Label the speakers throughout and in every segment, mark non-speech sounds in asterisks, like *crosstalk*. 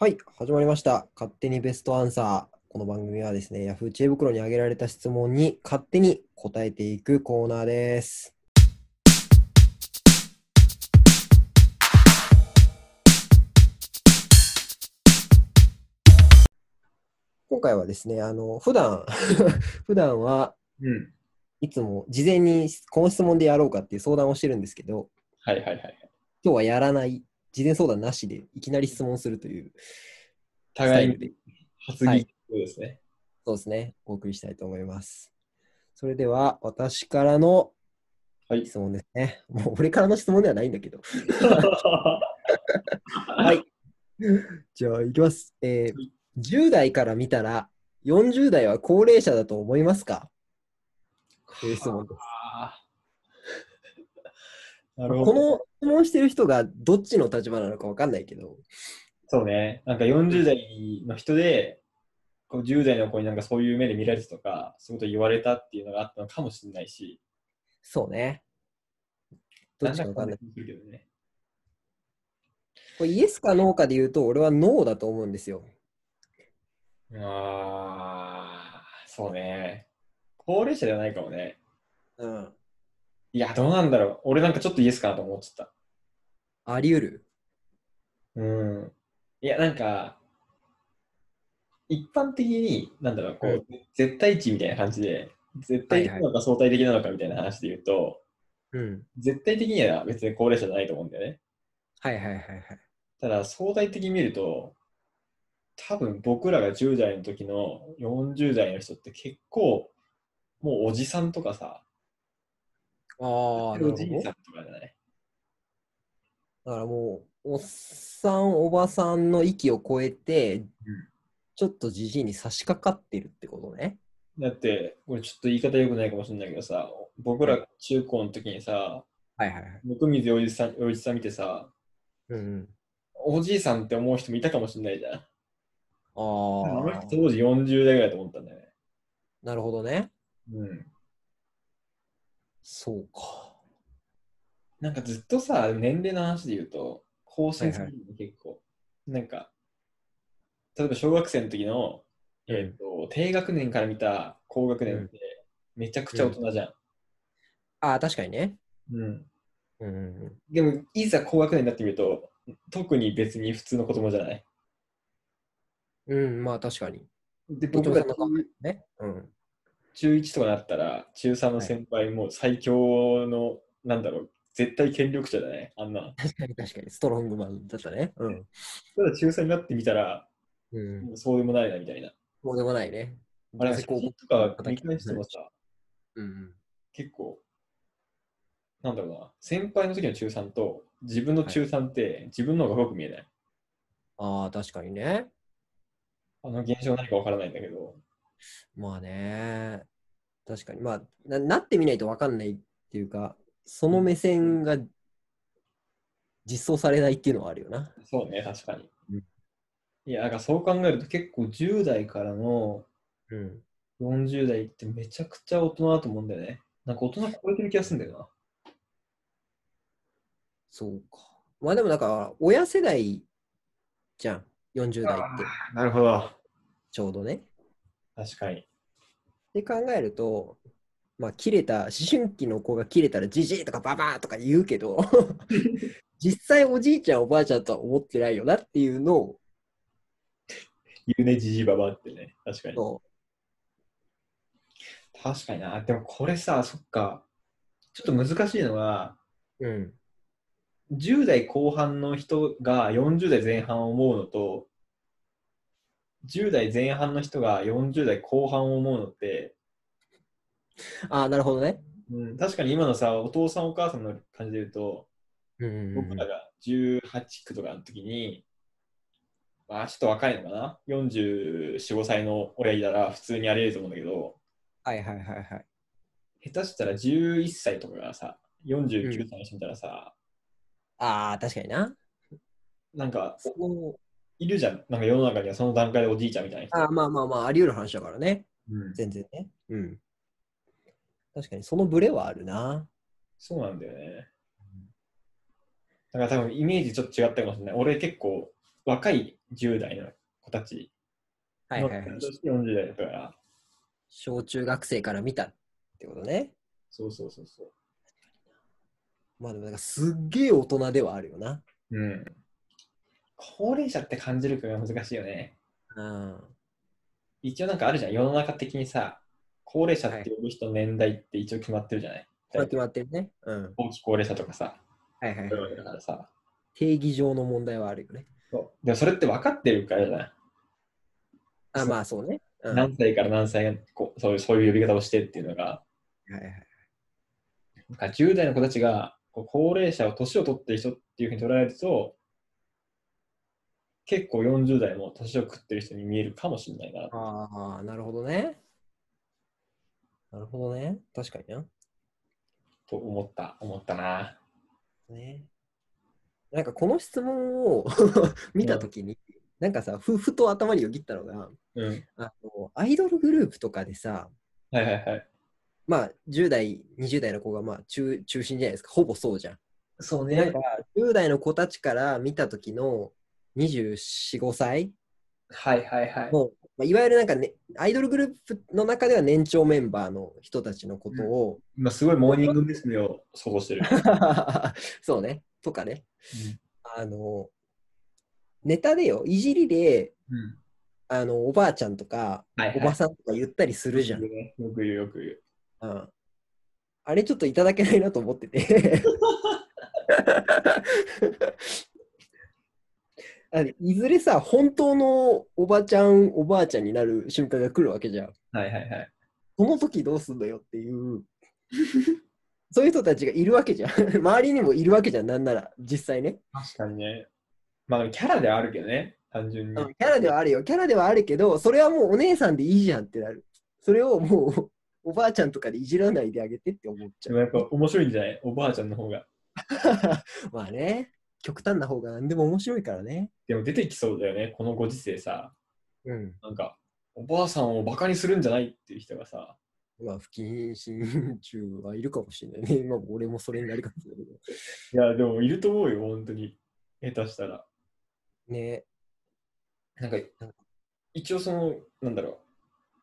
Speaker 1: はい、始まりました。勝手にベストアンサー。この番組はですね、Yahoo! 知恵袋に挙げられた質問に勝手に答えていくコーナーです。今回はですね、あの、普段 *laughs* 普段は
Speaker 2: うん。
Speaker 1: いつも事前にこの質問でやろうかっていう相談をしてるんですけど、
Speaker 2: はいはいはい。
Speaker 1: 今日はやらない、事前相談なしでいきなり質問するというスタ
Speaker 2: 互
Speaker 1: イ
Speaker 2: い
Speaker 1: ル
Speaker 2: に
Speaker 1: で
Speaker 2: 発議そうですね。
Speaker 1: そうですね。お送りしたいと思います。それでは、私からの
Speaker 2: はい
Speaker 1: 質問ですね。もう俺からの質問ではないんだけど。はい。じゃあ、いきます。え
Speaker 2: はい
Speaker 1: ー、10代から見たら、40代は高齢者だと思いますかという質問です。
Speaker 2: あ
Speaker 1: *laughs*
Speaker 2: ーなるほど。
Speaker 1: この質問してる人がどっちの立場なのかわかんないけど、
Speaker 2: そうね。なんか40代の人で、こう10代の子になんかそういう目で見られてとか、そういうこと言われたっていうのがあったのかもしれないし、
Speaker 1: そうね。どっちかわかんない。
Speaker 2: んだ気もするけどね。
Speaker 1: これイエスかノーかで言うと、俺はノーだと思うんですよ。
Speaker 2: ああ、そうね。高齢者ではないかもね。
Speaker 1: うん。
Speaker 2: いや、どうなんだろう。俺なんかちょっとイエスかなと思っちゃった。
Speaker 1: あり得る。
Speaker 2: うん。いや、なんか、一般的に、なんだろう、こう、絶対値みたいな感じで、絶対的なのか相対的なのかみたいな話で言うと、
Speaker 1: うん。
Speaker 2: 絶対的には別に高齢者じゃないと思うんだよね。
Speaker 1: はいはいはいはい。
Speaker 2: ただ、相対的に見ると、多分僕らが10代の時の40代の人って結構、もうおじさんとかさ、
Speaker 1: あ
Speaker 2: お
Speaker 1: あ、なるほ
Speaker 2: じい
Speaker 1: ど。
Speaker 2: さんとかじゃない
Speaker 1: だからもう、おっさん、おばさんの域を超えて、ちょっとじじいに差し掛かってるってことね。
Speaker 2: だって、これちょっと言い方良くないかもしれないけどさ、僕ら中高の時にさ、
Speaker 1: はいはいはい。
Speaker 2: 温水洋一さん洋一さん見てさ、
Speaker 1: うん、
Speaker 2: おじいさんって思う人もいたかもしれないじゃん。あ
Speaker 1: うん。
Speaker 2: の
Speaker 1: ああ
Speaker 2: 人、当時40代ぐらいだと思ったんだよね。
Speaker 1: なるほどね。
Speaker 2: うん。
Speaker 1: そうか。
Speaker 2: なんかずっとさ、年齢の話で言うと、更新するの結構、なんか、例えば小学生の時の、
Speaker 1: うん
Speaker 2: えっ、と、低学年から見た高学年って、めちゃくちゃ大人じゃん。
Speaker 1: ああ、確かにね。
Speaker 2: うん。
Speaker 1: うんうんうん。
Speaker 2: でも、いざ高学年になってみると、特に別に普通の子供じゃない。
Speaker 1: うん、まあ確かに。
Speaker 2: で、僕
Speaker 1: 僕
Speaker 2: が
Speaker 1: の考えね。うん。
Speaker 2: 中1とかなったら、中3の先輩、もう最強の、なんだろう、絶対権力者だね、あんな。
Speaker 1: 確かに確かに。ストロングマンだったね。うん。
Speaker 2: ただ中3になってみたら、
Speaker 1: うん。
Speaker 2: もうそうでもないなみたいな。
Speaker 1: そうでもないね。
Speaker 2: あれ、
Speaker 1: 男子
Speaker 2: 写
Speaker 1: 高校
Speaker 2: 真とか見返してもさ、
Speaker 1: うんうん。
Speaker 2: 結構、なんだろうな、先輩の時の中3と、自分の中3って、自分の方がよく見えない。
Speaker 1: ああ、確かにね。
Speaker 2: あの現象何かわからないんだけど、
Speaker 1: まあね、確かに。まあな、なってみないと分かんないっていうか、その目線が実装されないっていうのはあるよな。
Speaker 2: そうね、確かに
Speaker 1: うん。
Speaker 2: いや、なんかそう考えると結構10代からの
Speaker 1: うん。
Speaker 2: 40代ってめちゃくちゃ大人だと思うんだよね。なんか大人超えてる気がするんだよ
Speaker 1: そうか。まあでもなんか、親世代じゃん。40代って、
Speaker 2: な。なるほど。
Speaker 1: ちょうどね。
Speaker 2: 確かに。
Speaker 1: って考えると、まあ、切れた、思春期の子が切れたら、じじいとかばばーとか言うけ *laughs* ど、実際おじいちゃん、おばあちゃんとは思ってないよなっていうのを、
Speaker 2: 言うね、じじいばばってね。確かに。
Speaker 1: そ
Speaker 2: 確かにな。でもこれさ、そっか。ちょっと難しいのが、
Speaker 1: ううん。
Speaker 2: 10代後半の人が40代前半を思うのと、10代前半の人が40代後半を思うのって、
Speaker 1: ああ、なるほどね。
Speaker 2: うん、確かに今のさ、お父さんお母さんの感じで言うと、
Speaker 1: うんうんうん
Speaker 2: 僕らが18区とかの時に、まあちょっと若いのかな ?44、5歳の親いたら普通にあり得ると思うんだけど、
Speaker 1: はいはいはいはい。
Speaker 2: 下手したら11歳とかがさ、49歳の人見たらさ、
Speaker 1: ああ、確かにな。
Speaker 2: なんか
Speaker 1: そこ
Speaker 2: いるじゃん。なんか世の中にはその段階でおじいちゃんみたいな人。
Speaker 1: あーまあまあまあ、あり得る話だからね。
Speaker 2: うん
Speaker 1: 全然ね。うん。確かに、そのブレはあるな。
Speaker 2: そうなんだよね。だから多分イメージちょっと違ったかもしれない。俺結構若い10代の子たち
Speaker 1: はい
Speaker 2: の
Speaker 1: はいはい。
Speaker 2: そして40代だから、
Speaker 1: 小中学生から見たってことね。
Speaker 2: そうそうそうそ
Speaker 1: まあでもなんかすっげえ大人ではあるよな。
Speaker 2: う。うん。高齢者って感じるかが難しいよね。
Speaker 1: うん。
Speaker 2: 一応なんかあるじゃん、世の中的にさ、高齢者って呼ぶ人の年代って一応決まってるじゃない、
Speaker 1: 決まってもらってるね。うん。
Speaker 2: 後期高齢者とかさ、
Speaker 1: はいはい
Speaker 2: そういう
Speaker 1: は
Speaker 2: の
Speaker 1: い。
Speaker 2: だからさ。
Speaker 1: 定義上の問題はあるよね。
Speaker 2: そうでもそれって分かってるからじゃない、
Speaker 1: あ、
Speaker 2: そう
Speaker 1: まあそうね。うん。はい
Speaker 2: 何歳から何歳がこうそういうそういう呼び方をしてっていうのが、
Speaker 1: はい。
Speaker 2: なんか10代の子たちがこう高齢者を年を取ってる人っていうふうに捉えると、結構40代も年を食ってる人に見えるかもしれないな。
Speaker 1: ああ、なるほどね。なるほどね。確かにな。
Speaker 2: と思った、思ったな。
Speaker 1: ね。なんかこの質問を *laughs* 見たときに、なんかさ、ふふと頭によぎったのが、
Speaker 2: うん。
Speaker 1: あのアイドルグループとかでさ、
Speaker 2: はいはいはい。
Speaker 1: まあ10代、20代の子がまあ中中心じゃないですか、ほぼそうじゃん。
Speaker 2: そう
Speaker 1: でなんか10代の子たちから見た時の24、5歳
Speaker 2: はいはいはい。
Speaker 1: の、まあ、いわゆるなんか、ね、アイドルグループの中では年長メンバーの人たちのことを、
Speaker 2: 今すごいモーニング娘。を想像してる。
Speaker 1: *laughs* そうね、とかね、あの、ネタでよ、いじりで、
Speaker 2: うん。
Speaker 1: あの、おばあちゃんとか、
Speaker 2: *laughs* はいはい
Speaker 1: おばさんとか言ったりするじゃん。
Speaker 2: よく言うよく言う。
Speaker 1: うんあれちょっといただけないなと思ってて。あのいずれさ、本当のおばちゃん、おばあちゃんになる瞬間が来るわけじゃん。
Speaker 2: はいはいはい。
Speaker 1: その時どうすんのよって
Speaker 2: *laughs*
Speaker 1: いう。そういう人たちがいるわけじゃん。周りにもいるわけじゃん、なんなら、実際ね。
Speaker 2: 確かにね。まあでもキャラではあるけどね、単純に。
Speaker 1: キャラではあるよ、キャラではあるけど、それはもうお姉さんでいいじゃんってなる。それをもう、 *laughs* おばあちゃんとかでいじらないであげてって思っち
Speaker 2: で
Speaker 1: ゃう *laughs*
Speaker 2: も。やっぱ面白いんじゃないおばあちゃんの方が。
Speaker 1: まあね、極端な方が何でも面白いからね。
Speaker 2: でも出てきそうだよね、このご時世さ。
Speaker 1: うん。
Speaker 2: なんか、おばあさんをバカにするんじゃないっていう人がさ、
Speaker 1: まあ、不謹慎中はいるかもしれないね。まあ、俺もそれになりかもしれないけど。
Speaker 2: いや、でもいると思うよ、本当に。下手したら。
Speaker 1: ね
Speaker 2: なんか、一応その、なんだろう、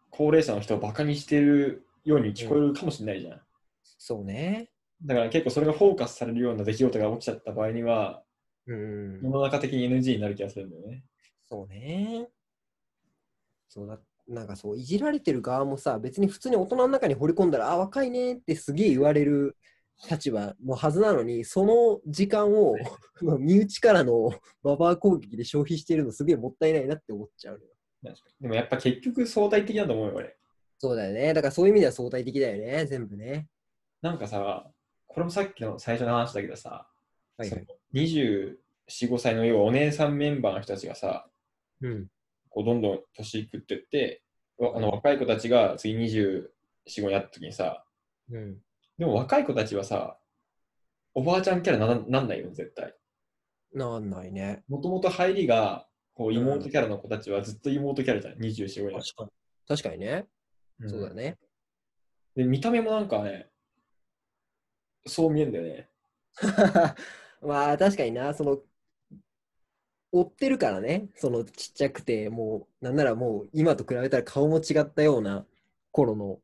Speaker 2: 高齢者の人をバカにしてるように聞こえるかもしれないじゃん。
Speaker 1: そうね。
Speaker 2: だから結構それがフォーカスされるような出来事が起きちゃった場合には、
Speaker 1: うん
Speaker 2: 世。の中的に NG になる気がするんだよね。
Speaker 1: そうね。そうだ、なんかそう、いじられてる側もさ、別に普通に大人の中に掘り込んだら、あ、若いねってすげえ言われる立場のはずなのに、その時間を *laughs* 身内からのババア攻撃で消費してるのすげえもったいないなって思っちゃうのよ。
Speaker 2: 確かにでもやっぱ結局相対的だと思うよ、俺。
Speaker 1: そうだよね。だからそういう意味では相対的だよね、全部ね。
Speaker 2: なんかさ、これもさっきの最初の話だけどさ、
Speaker 1: はいはい。
Speaker 2: 24、5歳の要はお姉さんメンバーの人たちがさ、
Speaker 1: うん。
Speaker 2: こうどんどん年いくってって、わあの若い子たちが次24、5になった時にさ、
Speaker 1: うん。
Speaker 2: でも若い子たちはさ、おばあちゃんキャラななんないよね、絶対。
Speaker 1: なんないね。
Speaker 2: もともと入りが、こう妹キャラの子たちはずっと妹キャラじゃん、24、5になっ
Speaker 1: かに。確かにね。
Speaker 2: た
Speaker 1: そうだ。ね。
Speaker 2: で、見た目もなんかね、そう見えんだよね。
Speaker 1: *laughs* まあ確かにな、その、追ってるからね、そのちっちゃくて、もう、なんならもう今と比べたら顔も違ったような頃の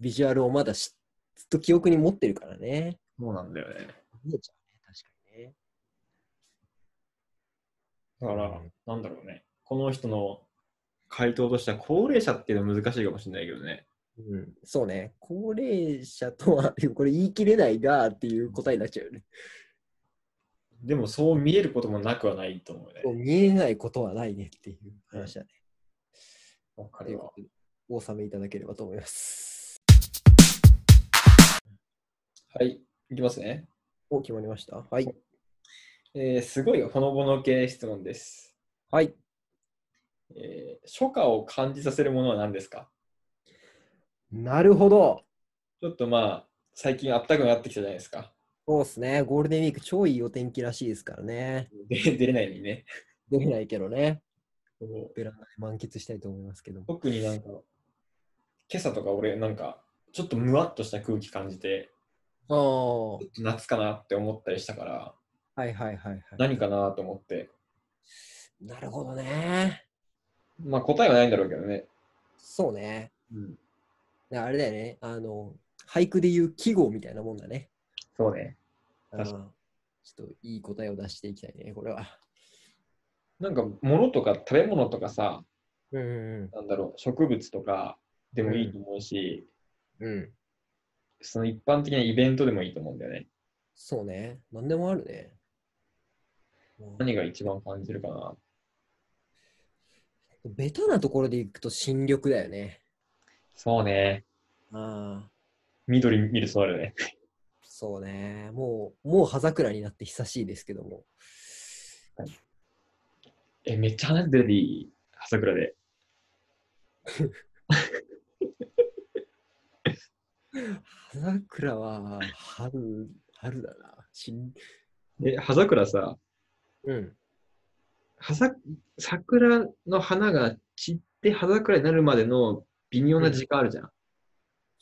Speaker 1: ビジュアルをまだしずっと記憶に持ってるからね。
Speaker 2: そうなんだよね。
Speaker 1: 見えちゃうね、確かにね。
Speaker 2: だから、
Speaker 1: うん
Speaker 2: なんだろうね。この人の回答としては、高齢者っていうのは難しいかもしれないけどね。
Speaker 1: うん、そうね、高齢者とは、 *laughs* でもこれ言い切れないがっていう答えになっちゃうよね。
Speaker 2: でも、そう見えることもなくはないと思う
Speaker 1: もう
Speaker 2: ね。
Speaker 1: 見えないことはないねっていう話だね。
Speaker 2: わか
Speaker 1: とい
Speaker 2: る
Speaker 1: う
Speaker 2: わ
Speaker 1: ことで、お納めいただければと思います。
Speaker 2: はい、いきますね。
Speaker 1: お、決まりました。はい。
Speaker 2: えーすごいほのぼの系質問です。
Speaker 1: はい。
Speaker 2: えー初夏を感じさせるものは何ですか
Speaker 1: なるほど。
Speaker 2: ちょっとまあ、最近あったかくなってきたじゃないですか。
Speaker 1: そうですね。ゴールデンウィーク、超いいお天気らしいですからね。
Speaker 2: で出れないのにね。
Speaker 1: できないけどね。
Speaker 2: こう
Speaker 1: ベランダで満喫したいと思いますけども。
Speaker 2: 特になんか、今朝とか俺、なんか、ちょっとムワっとした空気感じて、
Speaker 1: ああ。は
Speaker 2: ちょっと夏かなって思ったりしたから、
Speaker 1: いはいはいはい。
Speaker 2: 何かなと思って、
Speaker 1: なるほどね。
Speaker 2: まあ答えはないんだろうけどね。
Speaker 1: そうね。
Speaker 2: うん。
Speaker 1: だからあれだよね。あの、俳句で言う季語みたいなもんだね。
Speaker 2: そうね。
Speaker 1: あ
Speaker 2: 確
Speaker 1: ーちょっといい答えを出していきたいね、これは。
Speaker 2: なんか物とか食べ物とかさ、
Speaker 1: うんう
Speaker 2: なんだろう、植物とかでもいいと思うし、
Speaker 1: ん。うん。
Speaker 2: その一般的なイベントでもいいと思うんだよね。
Speaker 1: そうね。何でもあるね。うん
Speaker 2: 何が一番感じるかな。
Speaker 1: ベタなところでいくと新緑だよね。
Speaker 2: そうね。
Speaker 1: ああ、
Speaker 2: 緑見るとあるね。
Speaker 1: そうね。もう、もう葉桜になって久しいですけども。
Speaker 2: え、めっちゃ話出てていい朝倉で。
Speaker 1: 葉桜は春、春だな。新
Speaker 2: え、葉桜さ、
Speaker 1: うん。
Speaker 2: 葉桜桜の花が散って葉桜になるまでの微妙な時間あるじゃん。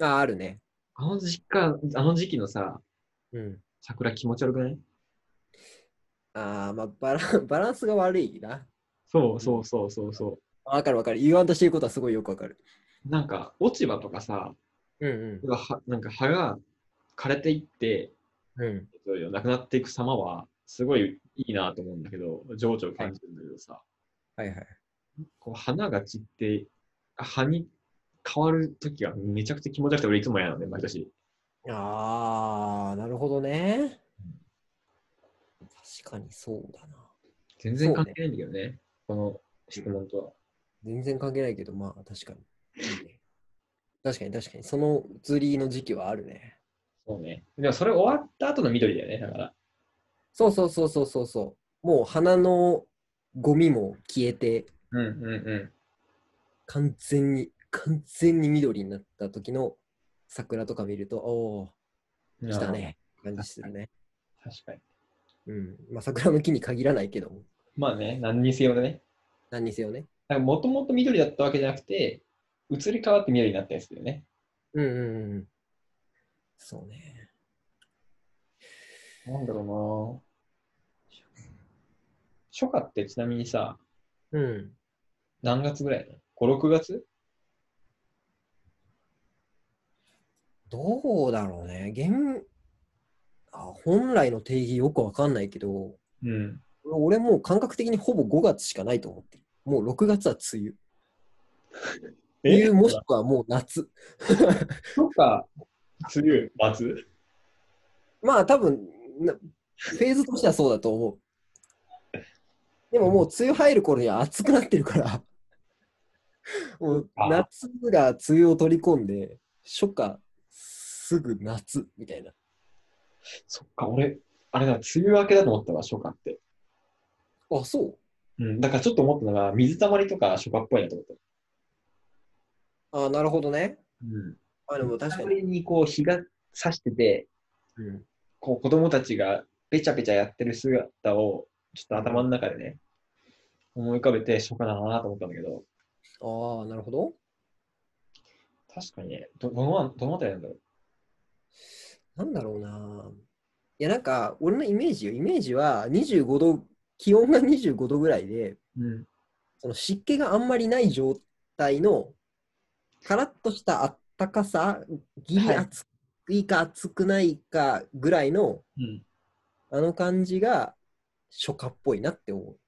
Speaker 1: あ、あるね。
Speaker 2: あの時間、あの時期のさ、
Speaker 1: うん。
Speaker 2: 桜気持ち悪くない
Speaker 1: ああ、まあバラ *laughs* ン、バランスが悪いな。
Speaker 2: そうそうそうそうそ
Speaker 1: わかるわかる。言わんとしてることはすごいよくわかる。
Speaker 2: う。なんか、落ち葉とかさ、
Speaker 1: うん
Speaker 2: はなんか葉が枯れていって、
Speaker 1: うん。うん。
Speaker 2: えっとなくなっていく様は、すごいいいなと思うんだけど、情緒を感じるんだけどさ、
Speaker 1: はいはい。
Speaker 2: こう花が散って、葉に変わる時がめちゃくちゃ気持ち悪くて、俺いつも嫌なのね、毎年。
Speaker 1: ああ、なるほどね。確かにそうだな。
Speaker 2: 全然関係ないんだけどね、この質問とは。
Speaker 1: 全然関係ないけど、まあ確かに。いいね確かに確かに。その移りの時期はあるね。
Speaker 2: そうね。でもそれ終わった後の緑だよね、だから。
Speaker 1: そうそうそうそうそうそう。もう花のゴミも消えて、
Speaker 2: うんうんう
Speaker 1: 完全に、完全に緑になった時の桜とか見ると、お
Speaker 2: ん。
Speaker 1: お、来た。ね。感じするね。
Speaker 2: 確かに。
Speaker 1: うん。まあ桜の木に限らないけども、
Speaker 2: まあね、何にせよね。
Speaker 1: 何にせよね。
Speaker 2: もともと緑だったわけじゃなくて、移り変わって緑になったやつだよね。
Speaker 1: うんうんうん。そうね。
Speaker 2: なんだろうな初夏ってちなみにさ、
Speaker 1: うん。
Speaker 2: 何月ぐらいなの ?5、6月
Speaker 1: どうだろうね。現あ本来の定義よくわかんないけど、
Speaker 2: うん。
Speaker 1: 俺もう感覚的にほぼ5月しかないと思ってる。もう6月は梅雨。梅雨もしくはもう夏。
Speaker 2: 初夏、梅雨、末
Speaker 1: まあ多分、なフェーズとしてはそうだと思う。でももう梅雨入る頃には暑くなってる *laughs* から、もう夏が梅雨を取り込んで、初夏すぐ夏みたいな。
Speaker 2: そっか、俺、あれだ、梅雨明けだと思ったわ、初夏って。
Speaker 1: あ、そう
Speaker 2: うん、だからちょっと思ったのが、水たまりとか初夏っぽいなと思った。
Speaker 1: あなるほどね。
Speaker 2: うん。
Speaker 1: あでも確
Speaker 2: 水
Speaker 1: か
Speaker 2: たま
Speaker 1: に。
Speaker 2: りにこう、日が差してて、
Speaker 1: うん
Speaker 2: こう、子供たちがべちゃべちゃやってる姿を、ちょっと頭の中でね、思い浮かべて初夏だなと思ったんだけど、
Speaker 1: ああ、なるほど。
Speaker 2: 確かにね、ど、どの、どのあたりなんだろう。
Speaker 1: なんだろうな。いや、なんか、俺のイメージよ。イメージは、25度、気温が25度ぐらいで、
Speaker 2: うん。
Speaker 1: その湿気があんまりない状態の、カラッとしたあったかさ、ギリ
Speaker 2: はい
Speaker 1: 暑いか暑くないかぐらいの、あの感じが、初夏っぽいなって思う。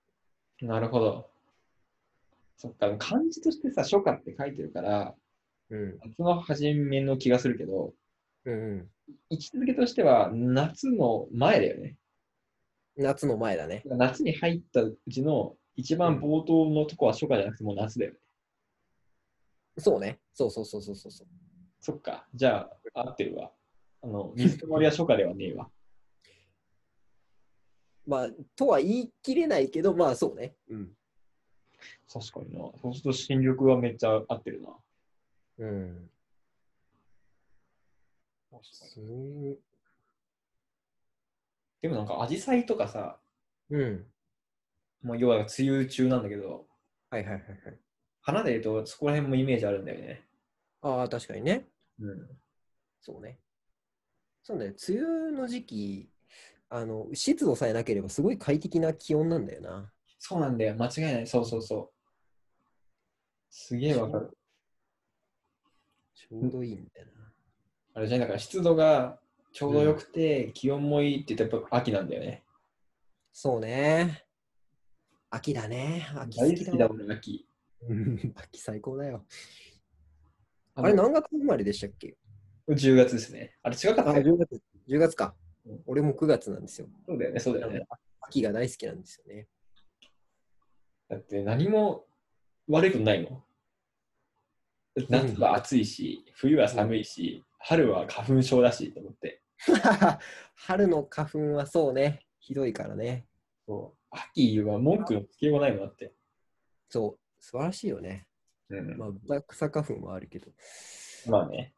Speaker 2: うん。なるほど。そっか、漢字としてさ、初夏って書いてるから、
Speaker 1: うん。
Speaker 2: 夏の初めの気がするけど、
Speaker 1: うん、
Speaker 2: 位置づけとしては夏の前だよね。
Speaker 1: 夏の前だね。
Speaker 2: 夏に入ったうちの一番冒頭のとこは初夏じゃなくてもう夏だよね。
Speaker 1: そうね。そうそうそうそうそうそう。
Speaker 2: そっか。じゃあ、合ってるわ。あの、水たまりは初夏ではねえわ。
Speaker 1: まあ、とは言い切れないけど、まあそうね。うん。
Speaker 2: 確かにな。そうすると新緑はめっちゃ合ってるな。
Speaker 1: うん。
Speaker 2: 確かに。
Speaker 1: そう
Speaker 2: でもなんか、アジサイとかさ、
Speaker 1: うん。
Speaker 2: もう要は梅雨中なんだけど、
Speaker 1: はいはいはいはい。
Speaker 2: 花で言うとそこら辺もイメージあるんだよね。
Speaker 1: ああ、確かにね。
Speaker 2: うん。
Speaker 1: そうね。そうね、梅雨の時期、あの、湿度さえなければすごい快適な気温なんだよな。
Speaker 2: そうなんだよ。間違いない。そうそうそう。すげえわかる。
Speaker 1: ちょうどいいみたいな。
Speaker 2: あれじゃないだから湿度がちょうどよくて、気温もいいって言ったらやっぱ秋なんだよね。
Speaker 1: そうね。秋だね。秋好
Speaker 2: 大
Speaker 1: き
Speaker 2: 好
Speaker 1: だ
Speaker 2: きだ
Speaker 1: わ。
Speaker 2: もん、秋。
Speaker 1: うん秋最高だよ。
Speaker 2: あ
Speaker 1: あれ
Speaker 2: の
Speaker 1: 何月生まれでしたっけ
Speaker 2: ?10 月ですね。あれ違か
Speaker 1: あ、
Speaker 2: ったよ。
Speaker 1: 10月。10月か
Speaker 2: うん。
Speaker 1: 俺も9月なんですよ。
Speaker 2: そうだよね、そうだ
Speaker 1: な
Speaker 2: よ
Speaker 1: ので
Speaker 2: ね。
Speaker 1: 秋が大好きなんですよね。 *laughs*
Speaker 2: だって何も悪いことないもん。だって夏は暑いし、冬は寒いし、春は花粉症だしと思って。
Speaker 1: 春の花粉はそうね。ひどいからね。
Speaker 2: そう秋は文句のつけようがないもんだって。
Speaker 1: そう。素晴らしいよね。
Speaker 2: うん
Speaker 1: まあ、豚草花粉はあるけど。
Speaker 2: まあね。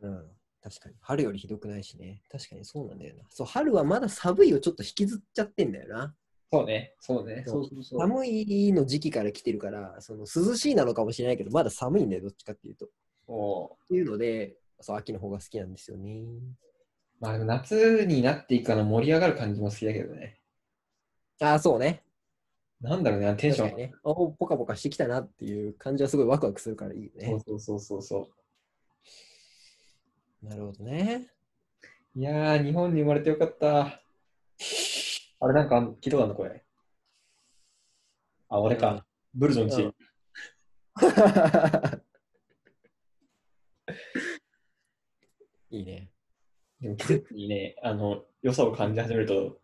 Speaker 1: うん。確かに。春よりひどくないしね。確かにそうなんだよな。そう、春はまだ寒いをちょっと引きずっちゃってんだよな。
Speaker 2: そうね、そうね。
Speaker 1: そう
Speaker 2: そうそ
Speaker 1: 寒いの時期から来てるから、その涼しいなのかもしれないけど、まだ寒いんだよ、どっちかっていうと。っ
Speaker 2: もう
Speaker 1: ていうので、そう、秋の方が好きなんですよね。
Speaker 2: まあでも夏になっていくから盛り上がる感じも好きだけどね。
Speaker 1: ああ、そうね。
Speaker 2: なんだろうね、テ
Speaker 1: 確
Speaker 2: ンショ
Speaker 1: か
Speaker 2: ン
Speaker 1: にね。おポカポカしてきたなっていう感じはすごいワクワクするからいいよね。
Speaker 2: そうそうそうそ
Speaker 1: なるほど
Speaker 2: *laughs*
Speaker 1: ね。
Speaker 2: う。いやー、日本に生まれてよかった。あれ、なんか聞いたことあるの、これ。あ、俺か。
Speaker 1: うん
Speaker 2: ブルジョンチー
Speaker 1: う
Speaker 2: ム
Speaker 1: ん。いいね。
Speaker 2: でも季節にね、あの、良さを感じ始めると、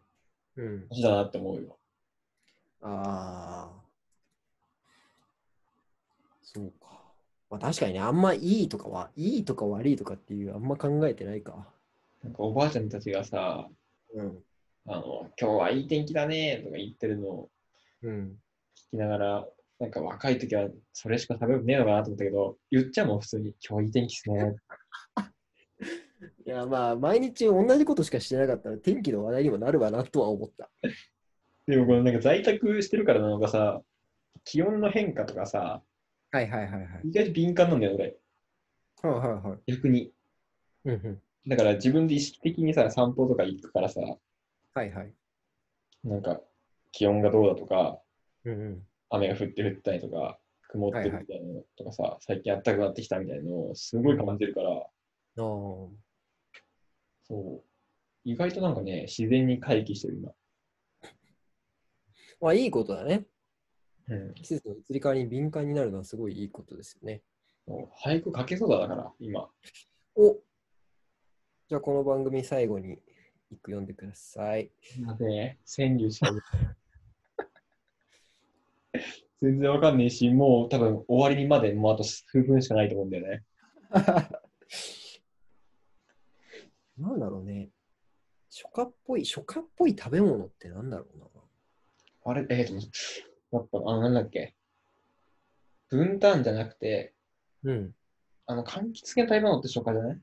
Speaker 1: うん。
Speaker 2: 年だなって思うよ。
Speaker 1: ああ。そうか。まあ確かにね、あんまいいとかは、いいとか悪いとかっていう、あんま考えてないか。
Speaker 2: なんかおばあちゃんたちがさ、
Speaker 1: うん。
Speaker 2: あの、今日はいい天気だねとか言ってるのを
Speaker 1: うん。
Speaker 2: 聞きながら、なんか若い時はそれしか食べねえのかなと思ったけど、言っちゃうもん、普通に。今日いい天気っすね。
Speaker 1: いや、まあ、毎日同じことしかしてなかったら、天気の話題にもなるわなとは思った。
Speaker 2: でもこのなんか在宅してるからなのかさ、気温の変化とかさ、
Speaker 1: はいはいはいはい。
Speaker 2: 意外と敏感なんだよ、俺。
Speaker 1: はいはいはい。
Speaker 2: 逆に。
Speaker 1: うんうん。
Speaker 2: だから自分で意識的にさ、散歩とか行くからさ、
Speaker 1: はいはい。
Speaker 2: なんか気温がどうだとか、
Speaker 1: うんうん。
Speaker 2: 雨が降って降ったりとか、曇ってるみたいなのとかさ、最近暖かくなってきたみたいなのをすごい感じるから、
Speaker 1: あー
Speaker 2: そう。意外となんかね、自然に回帰してる今。
Speaker 1: まあ、いいことだね。
Speaker 2: うん。
Speaker 1: 季節の移り変わりに敏感になるのはすごいいいことですよね。
Speaker 2: もう俳句書けそうだだから、今。
Speaker 1: おじゃあこの番組最後に一句読んでください。
Speaker 2: なぜ川柳しか見てない *laughs* 全然わかんないし、もう多分終わりにまでもうあと数分しかないと思うんだよね。
Speaker 1: *laughs* なんだろうね。初夏っぽい、初夏っぽい食べ物ってなんだろうな。
Speaker 2: あれ、えっ、ー、と、やっぱ、あの、なんだっけ。分担じゃなくて、
Speaker 1: うん。
Speaker 2: あの、柑橘系の食べ物って初夏じゃない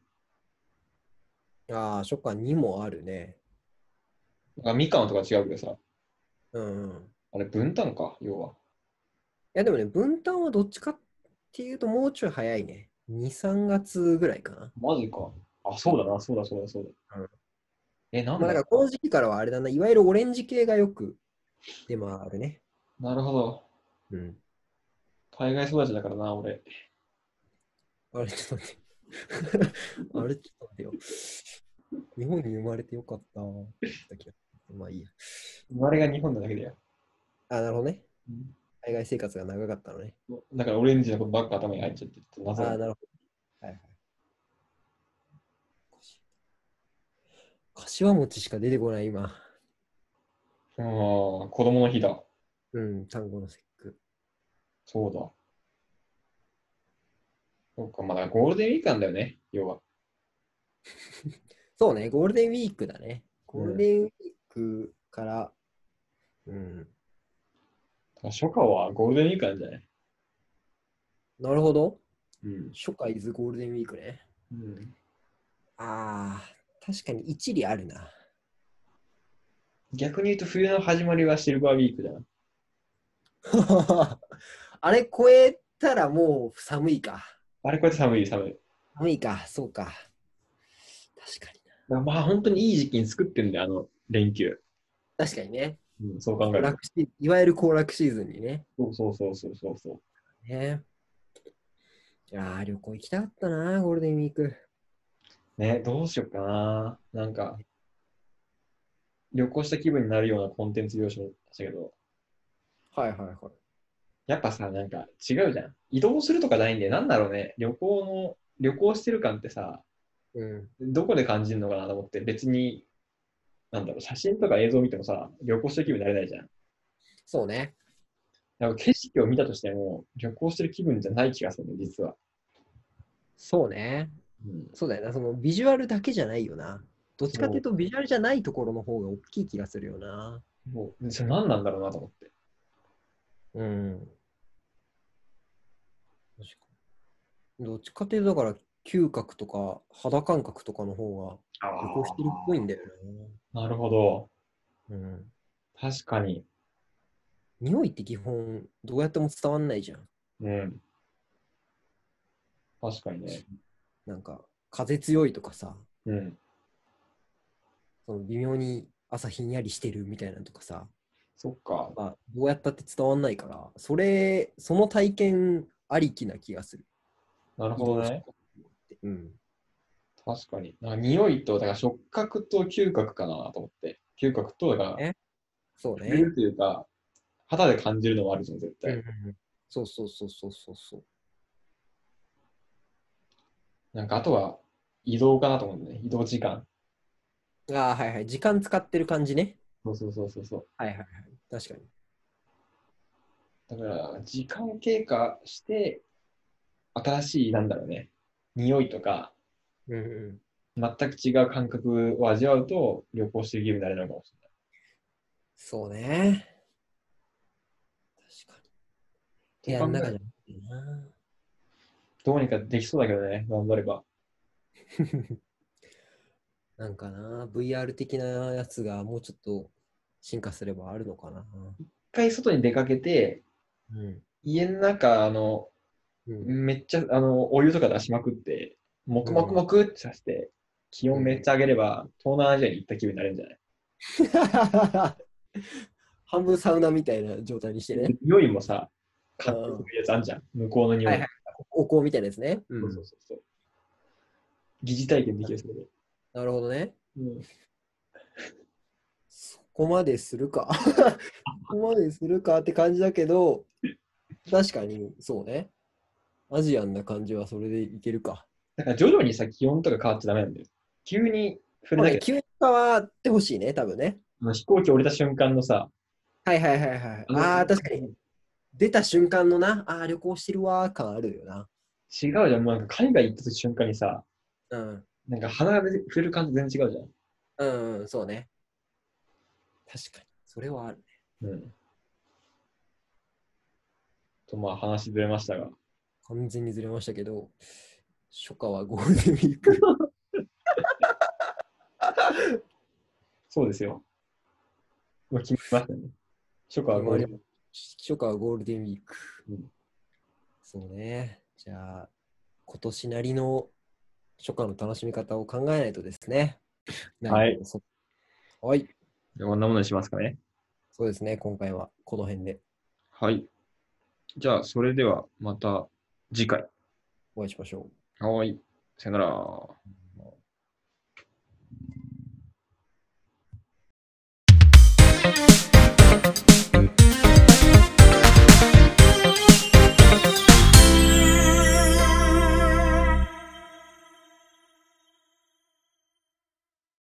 Speaker 1: ああ、初夏にもあるね。
Speaker 2: なんかみかんとか違うけどさ、
Speaker 1: うん、うん。い
Speaker 2: あれ、分担か、要は。
Speaker 1: やでもね、分担はどっちかっていうともうちょい早いね。2、3月ぐらいかな。
Speaker 2: マジか。あ、そうだな、そうだ、そうだ、そうだ。
Speaker 1: うん
Speaker 2: え、なん
Speaker 1: まあだ
Speaker 2: だ
Speaker 1: からこの時期からはあれだな、いわゆるオレンジ系がよく出回るね。
Speaker 2: なるほど。
Speaker 1: うん。
Speaker 2: 海外育ちだからな、俺。
Speaker 1: あれちょっと待って。 *laughs* あれちょっと待ってよ。日本に生まれてよかった。まあいいや。
Speaker 2: 生まれが日本なだけだよ。
Speaker 1: あ、なるほどね。
Speaker 2: うん
Speaker 1: 海外生活が長かったのね。
Speaker 2: だからオレンジのことばっか頭に入っちゃってて、
Speaker 1: あ
Speaker 2: 謎だ
Speaker 1: ー、なるほど。はいはい。柏餅しか出てこない今。
Speaker 2: あー子供の日だ。
Speaker 1: うん、単語の節句。
Speaker 2: そうだ。そうか、まあだからゴールデンウィークなんだよね、要は。
Speaker 1: そうね、ゴールデンウィークだね。ゴールデンウィークから、うん。
Speaker 2: だから初夏はゴールデンウィークなんじゃない
Speaker 1: なるほど。
Speaker 2: うん。
Speaker 1: 初夏イズゴールデンウィークね。
Speaker 2: うん、
Speaker 1: ああ、確かに一理あるな。 *laughs*
Speaker 2: 逆に言うと冬の始まりはシルバーウィークだな。
Speaker 1: あれ超えたらもう寒いか。
Speaker 2: あれこうやって寒い寒い。だか
Speaker 1: 寒いか、そうか。確から
Speaker 2: まあ本当にいい時期に作ってるんだよ、あの連休。
Speaker 1: にな。確かにね。
Speaker 2: うん、そう考え
Speaker 1: 行
Speaker 2: る
Speaker 1: 楽シいわゆる行楽シーズンにね。
Speaker 2: と。そうそうそうそうそう。
Speaker 1: ねいやー旅行行きたかったな、ゴールデンウィーク。
Speaker 2: ね、どうしようかな。なんか、旅行した気分になるようなコンテンツ用意しましたけど、
Speaker 1: はいはいはい。
Speaker 2: やっぱさ、なんか違うじゃん。移動するとかないんで、なんだろうね、旅行の、旅行してる感ってさ、
Speaker 1: うん、
Speaker 2: どこで感じるのかなと思って、別に、なんだろう、写真とか映像見てもさ、旅行してる気分になれないじゃん。
Speaker 1: そうね。
Speaker 2: なんか景色を見たとしても、旅行してる気分じゃない気がするね、実は。
Speaker 1: そうね。
Speaker 2: うん、
Speaker 1: そうだよな。そのビジュアルだけじゃないよな。どっちかっていうとビジュアルじゃないところの方が大きい気がするよな。
Speaker 2: もう、それ何なんだろうなと思って。
Speaker 1: うん。確かにどっちかっていうとだから嗅覚とか肌感覚とかの方が
Speaker 2: あ
Speaker 1: 旅行してるっぽいんだよ
Speaker 2: なるほど。
Speaker 1: な。うん。
Speaker 2: 確かに。
Speaker 1: 匂いって基本どうやっても伝わんないじゃん。
Speaker 2: うん。確かにね。
Speaker 1: なんか風強いとかさ、
Speaker 2: うん。
Speaker 1: その微妙に朝ひんやりしてるみたいなのとかさ、
Speaker 2: そっか。
Speaker 1: まあ、どうやったって伝わんないから、それ、その体験ありきな気がする。
Speaker 2: なるほどね。
Speaker 1: うん。
Speaker 2: 確かに。なんか匂いと、だから触覚と嗅覚かなと思って。嗅覚と、だから、
Speaker 1: えそう
Speaker 2: 触れ
Speaker 1: ね。
Speaker 2: るというか、肌で感じるのもあるじゃん、絶
Speaker 1: うんうん
Speaker 2: 対。
Speaker 1: うんそうそうそうそうそうそう。
Speaker 2: なんか、あとは移動かなと思うんだよね。移動時間。
Speaker 1: ああ、はいはい。時間使ってる感じね。
Speaker 2: そうそうそうそうそう。
Speaker 1: はいはいはい。確かに。
Speaker 2: だから、時間経過して、新しい、なんだろうね、匂いとか、
Speaker 1: うんうん。
Speaker 2: 全く違う感覚を味わうと、旅行してる気分になれるのかもしれない。
Speaker 1: そうね。確かに。部屋の中
Speaker 2: と考え
Speaker 1: じゃなくてな。
Speaker 2: どうにかできそうだけどね、頑張れば。
Speaker 1: *laughs* なんかな、VR 的なやつがもうちょっと進化すればあるのかな。
Speaker 2: 一回外に出かけて、
Speaker 1: うん。
Speaker 2: 家の中、あの、
Speaker 1: うん、
Speaker 2: めっちゃあのお湯とか出しまくって、もくもくもくってさせて、気温めっちゃ上げれば、東南アジアに行った気分になれるんじゃない
Speaker 1: 半分サウナみたいな状態にしてね。
Speaker 2: 匂いもさ、買ってくるやつあんじゃん。向こうの匂い。
Speaker 1: はいはいお香みたいなやつね。う
Speaker 2: そうそうそうそう。疑似体験できるそれで。
Speaker 1: なるほどね。
Speaker 2: うん、
Speaker 1: そこまでするか。 *laughs* そこまでするかって感じだけど、確かにそうね。アジアンな感じはそれでいけるか。
Speaker 2: だから徐々にさ、気温とか変わっちゃダメなんだよ。急に触れなきゃ、
Speaker 1: 急に変わってほしいね、多分ね。
Speaker 2: あの飛行機降りた瞬間のさ、
Speaker 1: はいはいはいはい。ああ、確かに。
Speaker 2: に。
Speaker 1: 出た瞬間のな、ああ、旅行してるわー感あるよな。
Speaker 2: 違うじゃん。もうなんか海外行った瞬間にさ、
Speaker 1: うん。
Speaker 2: なんか鼻が触れる感じ全然違うじ
Speaker 1: うん、うん、そうね。確かに。それはあるね。
Speaker 2: ゃん。うん。と、まあ話ずれましたが。
Speaker 1: 完全にずれましたけど、初夏はゴールデンウィーク。 *laughs*
Speaker 2: そうですよ。もう決まりましたね。初夏はゴールデン
Speaker 1: 初夏はゴールデンウィーク。
Speaker 2: うん
Speaker 1: そうね。じゃあ、今年なりの初夏の楽しみ方を考えないとですね。な
Speaker 2: はい
Speaker 1: るほど。そはい。
Speaker 2: こんなものにしますかね。
Speaker 1: そうですね。今回はこの辺で
Speaker 2: はい。じゃあ、それではまた次回。
Speaker 1: お会いしましょう。
Speaker 2: はい。さよなら。